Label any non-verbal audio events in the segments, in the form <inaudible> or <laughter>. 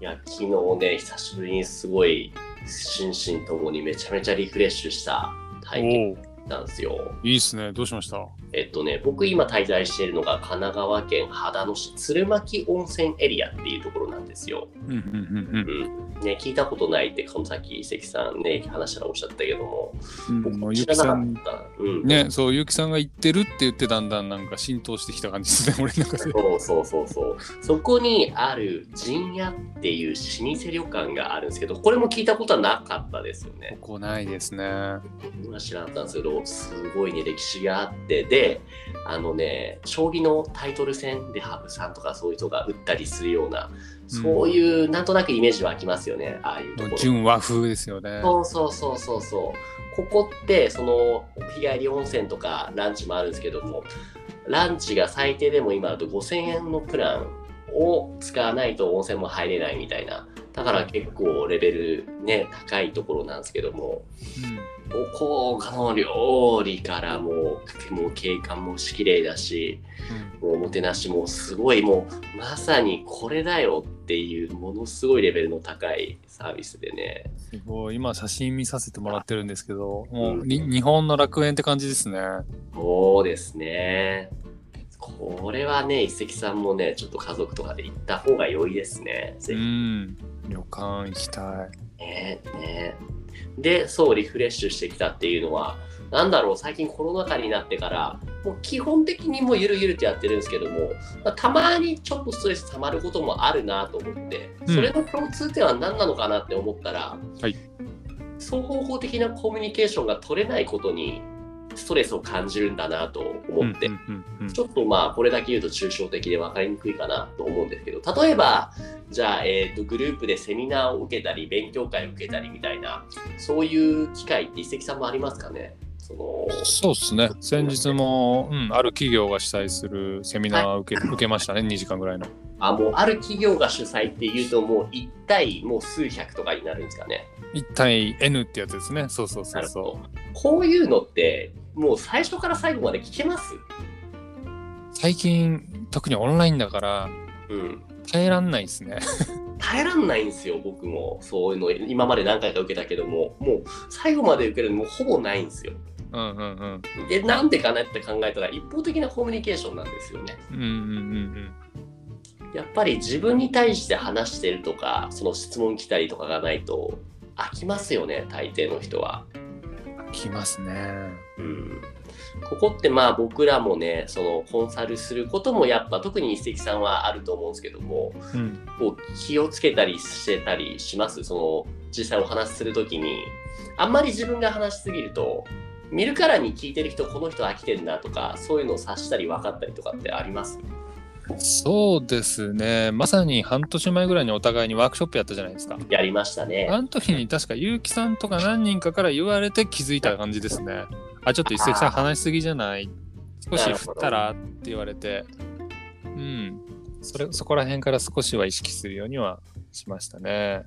や、昨日ね、久しぶりにすごい、心身ともにめちゃめちゃリフレッシュした体験おおなんですよ。いいっすねどうしましたはえっとね、僕今滞在しているのが神奈川県秦野市鶴巻温泉エリアっていうところなんですよ。いうんね、聞いたことないって、このさっき関さんね、話したらおっしゃったけども、うん僕ももう知ゆらきなかさっんた。うん、ねそうゆきさんが言ってるって言ってだんだんなんか浸透してきた感 <laughs> じですね俺の中そでうそうそうそう。そこにある陣屋っていう老舗旅館があるんですけど、これも聞いたことはなかったですよね。ここないですねは僕は知らなかったんですけど、すごいね、歴史があって、で、あのね、将棋のタイトル戦で羽生さんとかそういう人が打ったりするような、そういう、なんとなくイメージ湧きますよね、ああいうところ。純和風ですよねそうそうそうそうそう。ここってその日帰り温泉とかランチもあるんですけども、ランチが最低でも今だと5000円のプランを使わないと温泉も入れないみたいな。だから結構レベルね高いところなんですけども、おこがの料理からもうもう景観も綺麗だし、もうおもてなしもすごいもうまさにこれだよっていうものすごいレベルの高いサービスでね。すごい今写真見させてもらってるんですけどもううんに日本の楽園って感じですねそうですね。これはね、一石さんもね、ちょっと家族とかで行った方が良いですね。うぜひん旅館行きたいねねで、そう、リフレッシュしてきたっていうのは、なんだろう、最近コロナ禍になってから、もう基本的にもうゆるゆるとやってるんですけども、まあたまにちょっとストレス溜まることもあるなと思って、うんそれの共通点は何なのかなって思ったら、はい双方向的なコミュニケーションが取れないことに、ストレスを感じるんだなとうん思って、うんうんうんちょっとまあこれだけ言うと抽象的で分かりにくいかなと思うんですけど例えばじゃあ、えー、とグループでセミナーを受けたり勉強会を受けたりみたいなそういう機会って一石さんもありますかねそのそうですね先日も、うん、ある企業が主催するセミナーを受け,、受けましたね2時間ぐらいのあもうある企業が主催っていうともう1対もう数百とかになるんですかね1対 N ってやつですねそうそうそうそうこういうのってもう最初から最後まで聞けますう最近特にオンラインだからうん耐えらんないですね耐えらんないんですよ僕もそういうの今まで何回か受けたけどももう最後まで受けるのもうほぼないんですようんうんうんで、なんでかなって考えたら一方的なコミュニケーションなんですよね。うんうんうんやっぱり自分に対して話してるとか、その質問来たりとかがないと飽きますよね、大抵の人は。うんきますねうん。ここってまあ僕らもね、そのコンサルすることもやっぱ特に一石さんはあると思うんですけども、うんこう気をつけたりしてたりしますその実際お話しするときにあんまり自分が話しすぎると見るからに聞いてる人この人飽きてるなとかそういうのを察したり分かったりとかってありますそうですねまさに半年前ぐらいにお互いにワークショップやったじゃないですかやりましたねあの時に確か結城さんとか何人かから言われて気づいた感じですね。あ、ちょっと一石さんあー話しすぎじゃない少なしる振ほどったらって言われて、うん。それ、そこら辺から少しは意識するようにはしましたね。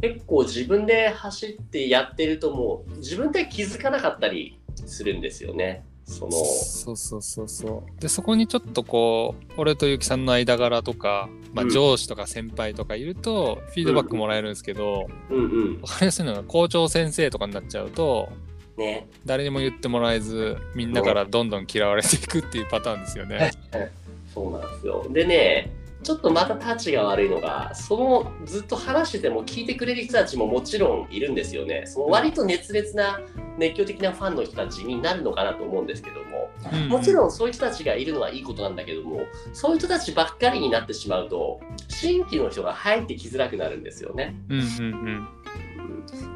結構自分で走ってやってるともう自分で気づかなかったりするんですよねそのそうそうそうそう。で、そこにちょっとこう、俺と結城さんの間柄とか、まあうん上司とか先輩とかいるとフィードバックもらえるんですけど、うんうんわかりやすいのが校長先生とかになっちゃうと、ね誰にも言ってもらえず、みんなからどんどん嫌われていくっていうパターンですよね。そうなんですよでねちょっとまたタッチが悪いのがそのずっと話してても聞いてくれる人たちももちろんいるんですよねその割と熱烈な熱狂的なファンの人たちになるのかなと思うんですけどももちん、ろんそういう人たちがいるのはいいことなんだけどもそういう人たちばっかりになってしまうと新規の人が入ってきづらくなるんですよね。うんうん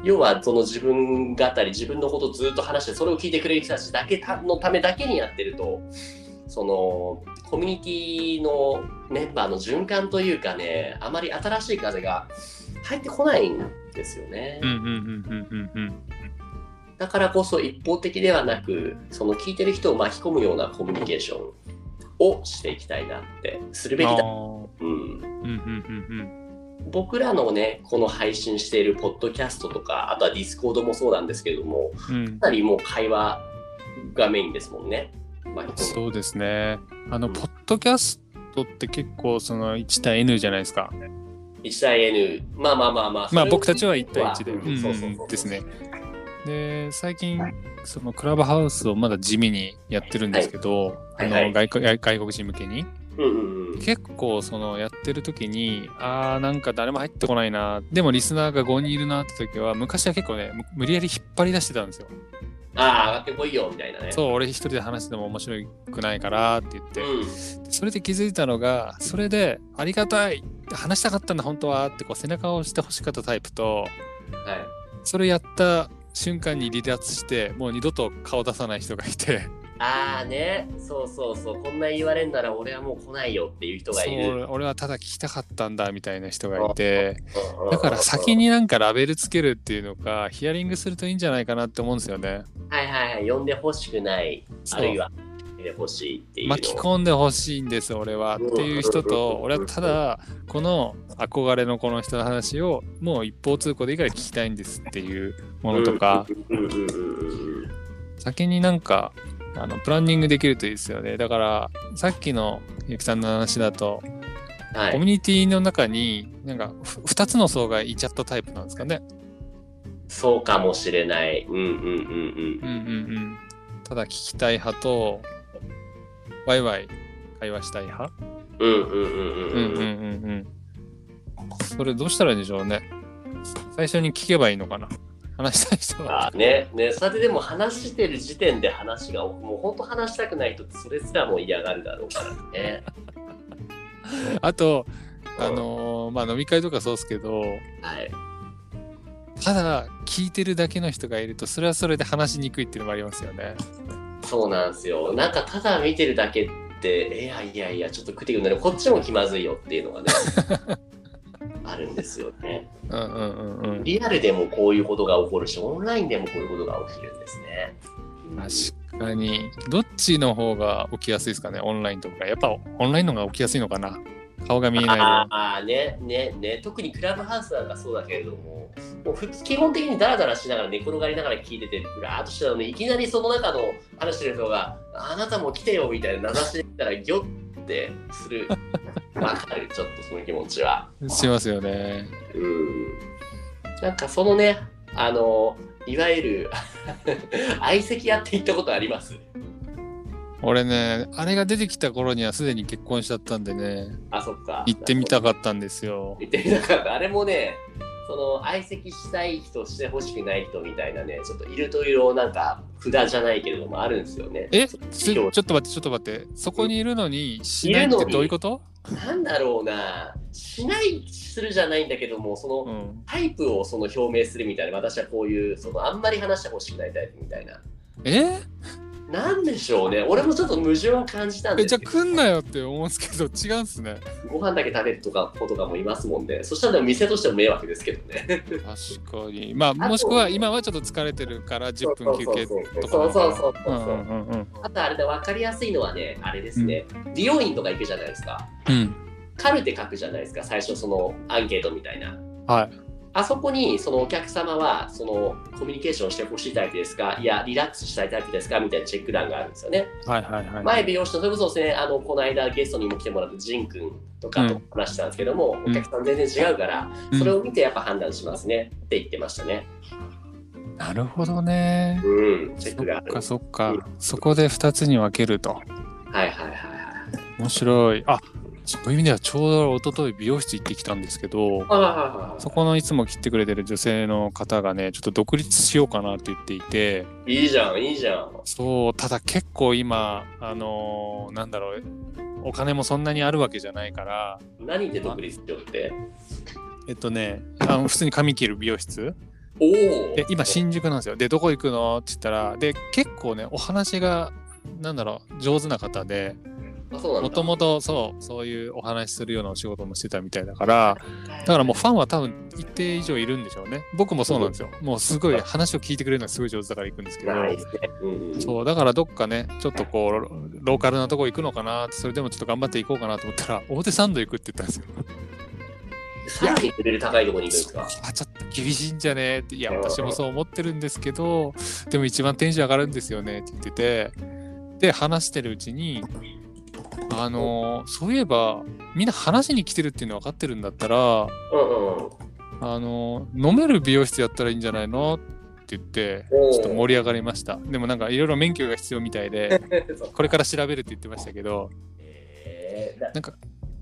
要はその自分語り自分のことをずっと話してそれを聞いてくれる人たちだけたのためだけにやってるとそのコミュニティのメンバーの循環というかねあまり新しい風が入ってこないんですよね、うんうんうんうんうんうんうんだからこそ一方的ではなくその聞いてる人を巻き込むようなコミュニケーションをしていきたいなってするべきあだ、ーうん、うんうんうん僕らのねこの配信しているポッドキャストとかあとはディスコードもそうなんですけれどもうんうんかなりもう会話がメインですもんね。まあ、うそうですねあのポッドキャストって結構その1対 N じゃないですか1対 N、まあまあまあまあ。まあ僕たちは1対1で。うんそうそうそううんですね。で、最近、そのクラブハウスをまだ地味にやってるんですけど、はいあのはい外国外外国人向けに。うんうんうん。結構そのやってる時にあーなんか誰も入ってこないなでもリスナーが5人いるなって時は昔は結構ねむ無理やり引っ張り出してたんですよああ、上がってこいよ、みたいなね。そう俺一人で話しても面白くないからって言ってうん。それで気づいたのがそれでありがたい話したかったんだ本当はってこう背中を押してほしかったタイプとはい。それやった瞬間に離脱してもう二度と顔出さない人がいてああね、そうそうそう、こんな言われんなら俺はもう来ないよっていう人がいそうる。俺はただ聞きたかったんだみたいな人がいてうんだから先。になんかラベルつけるっていうのかヒアリングするといいんじゃないかなって思うんですよね。はいはいはい、呼んでほしくない、あそうるいは、呼んでほしいっていうの。巻き込んでほしいんです俺はっていう人と俺はただこの憧れのこの人の話をもう一方通行でいいから聞きたいんですっていうものとかうんうんうんうんうん。先になんかあのプランニングできるといいですよねだからさっきのゆきさんの話だとはコミュい。ニティの中になんか2つの層がいちゃったタイプなんですかね。そうかもしれない。うんうんうんうん。うんうんうん、ただ聞きたい派とワイワイ会話したい派、うんうんうんうんうん。うんうん、それどうしたらいいんでしょうね最初に聞けばいいのかな話したい人はあーね、ね、それででも話してる時点で話が、もう本当話したくない人ってそれすらも嫌がるだろうからね。あと <laughs> あのーまあ飲み会とかそうですけどはい。ただ聞いてるだけの人がいるとそれはそれで話しにくいっていうのもありますよねそうなんですよ。なんかただ見てるだけって、いやいやいや、ちょっと食ってくるのに、こっちも気まずいよっていうのが <laughs> ね、あるんですよね。うんうんうんうんリアルでもこういうことが起こるし、オンラインでもこういうことが起きるんですね。確かにどっちの方が起きやすいですかねオンラインとかやっぱオンラインの方が起きやすいのかな顔が見えなあい分あーねねね特にクラブハウスなんかそうだけれどももうふ基本的にダラダラしながら寝転がりながら聞いててふらーっとしてたのにいきなりその中の話してる人が「あなたも来てよ」みたいな名指しで言ったらギョ <laughs> ってするわかるちょっとその気持ちは。しますよねうんなんかそのねあのいわゆる <laughs> 相席屋って行ったことあります俺ねあれが出てきた頃にはすでに結婚しちゃったんでねあそっか行ってみたかったんですよ行ってみたかったあれもねその相席したい人してほしくない人みたいなねちょっといるといろなんか札じゃないけれどもあるんですよねえすちょっと待ってちょっと待ってそこにいるのにしないっいるのてにどういうこと、なんだろうなしないするじゃないんだけどもその、うん、タイプをその表明するみたいな私はこういうそのあんまり話してほしくないタイプみたいなえなんでしょうね俺もちょっと矛盾は感じたんでえすじゃけあど来んなよって思うんですけど違うんすねご飯だけ食べるとか子とかもいますもんねそしたらでも店としても迷惑ですけどね確かにまあもしくは今はちょっと疲れてるから10分休憩とかなのかそうなそうそうそうそううんうんうんあとあれで分かりやすいのはねあれですね、美容院とか行くじゃないですかうんカルテ書くじゃないですか最初そのアンケートみたいなはいあそこにそのお客様はそのコミュニケーションしてほしいタイプですかいやリラックスしたいタイプですかみたいなチェック欄があるんですよねはいはいはい前美容師のそれこそですねあのこの間ゲストにも来てもらったジン君とかと話したんですけども、んお客さん全然違うから、うんそれを見てやっぱ判断しますねって言ってましたねなるほどねうんチそェックがあっるかはいそっかそこで2つに分けるとはいはいはい面白いあそういう意味ではちょうど一昨日美容室行ってきたんですけどあはいはいはいそこのいつも切ってくれてる女性の方がねちょっと独立しようかなって言っていていいじゃん、いいじゃん。そうただ結構今あのーなんだろうお金もそんなにあるわけじゃないから何で独立しようって。えっとねあの普通に髪切る美容室おお。で今新宿なんですよでどこ行くのって言ったらで結構ねお話がなんだろう上手な方であ、そうなんだ。もともとそうそういうお話しするようなお仕事もしてたみたいだからだからもうファンは多分一定以上いるんでしょうね。僕もそうなんですよ。もうすごい話を聞いてくれるのはすごい上手だから行くんですけど。ないですね。うんうん。そうだからどっかね、ちょっとこうロローカルなとこ行くのかなって、それでもちょっと頑張って行こうかなと思ったら、表参道行くって言ったんですよ。さらにレベル高いところに行くんですか。あ、ちょっと厳しいんじゃねって、いや、私もそう思ってるんですけど、でも一番テンション上がるんですよねって言ってて、で、話してるうちに、あのーそういえばみんな話しに来てるっていうの分かってるんだったらうんうんうん。あのー飲める美容室やったらいいんじゃないのって言ってちおーょっと盛り上がりましたでもなんかいろいろ免許が必要みた <laughs> いでこれから調べるって言ってましたけどえー、なんか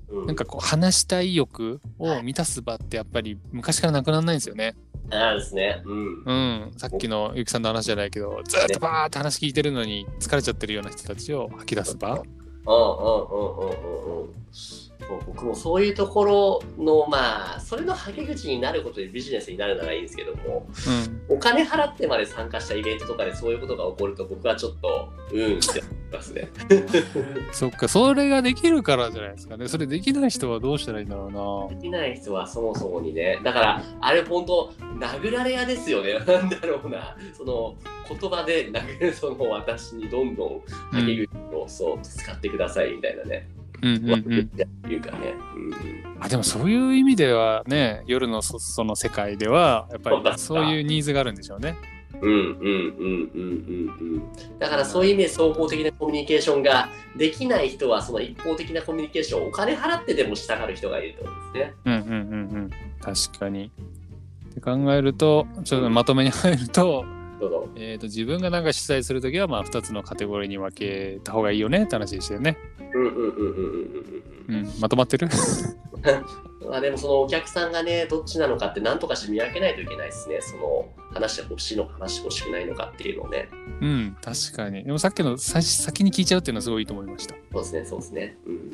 うんなんかこう話したい欲を満たす場ってやっぱり昔からなくならないんですよねなんですね。うん。うんさっきのゆきさんの話じゃないけどずっとバーって話聞いてるのに疲れちゃってるような人たちを吐き出す場うんうんうんうんうんうん。そう僕もそういうところのまあそれのはけ口になることでビジネスになるならいいんですけどもうんお金払ってまで参加したイベントとかでそういうことが起こると僕はちょっとうんって思いますね。そっかそれができるからじゃないですかねそれできない人はどうしたらいいんだろうなできない人はそもそもにねだからあれ本当殴られ屋ですよね <laughs> なんだろうなその言葉で殴るその私にどんどんはけ口をそう使ってくださいみたいなね。うんうんうん、いうかね。うんうんあでもそういう意味ではね夜のそその世界ではやっぱそうだったりそういうニーズがあるんでしょうね。うんうんうんうんうんうん。だからそういう意味で総合的なコミュニケーションができない人はその一方的なコミュニケーションをお金払ってでもしたがる人がいるってことですね。うんうんうんうん、確かに。って考えるとちょっとまとめに入ると,、どうぞ。えー、と自分がなんか主催する時はまあ2つのカテゴリーに分けた方がいいよねって話でしたよね。うんうんうんうんうんううんん、まとまってるうん。まあでもそのお客さんがねどっちなのかって何とかして見分けないといけないですね。その話してほしいのか話してほしくないのかっていうのをね。うん確かに。でもさっきの最初先に聞いちゃうっていうのはすごいいいと思いました。そうですねそうですね。うんうん。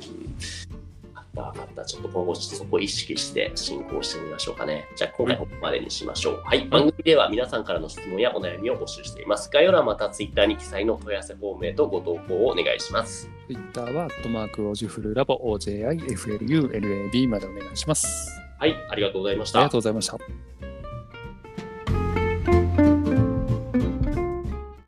あったあったちょっと今後ちょっとそこを意識して進行してみましょうかね。じゃあ今回はここまでにしましょう。はい、番組では皆さんからの質問やお悩みを募集しています。概要欄またツイッターに記載の問い合わせフォームへとご投稿をお願いします。 Twitter は「アットマークオジフルラボ OJIFLULAB」までお願いします。はい、ありがとうございましたありがと。うございました。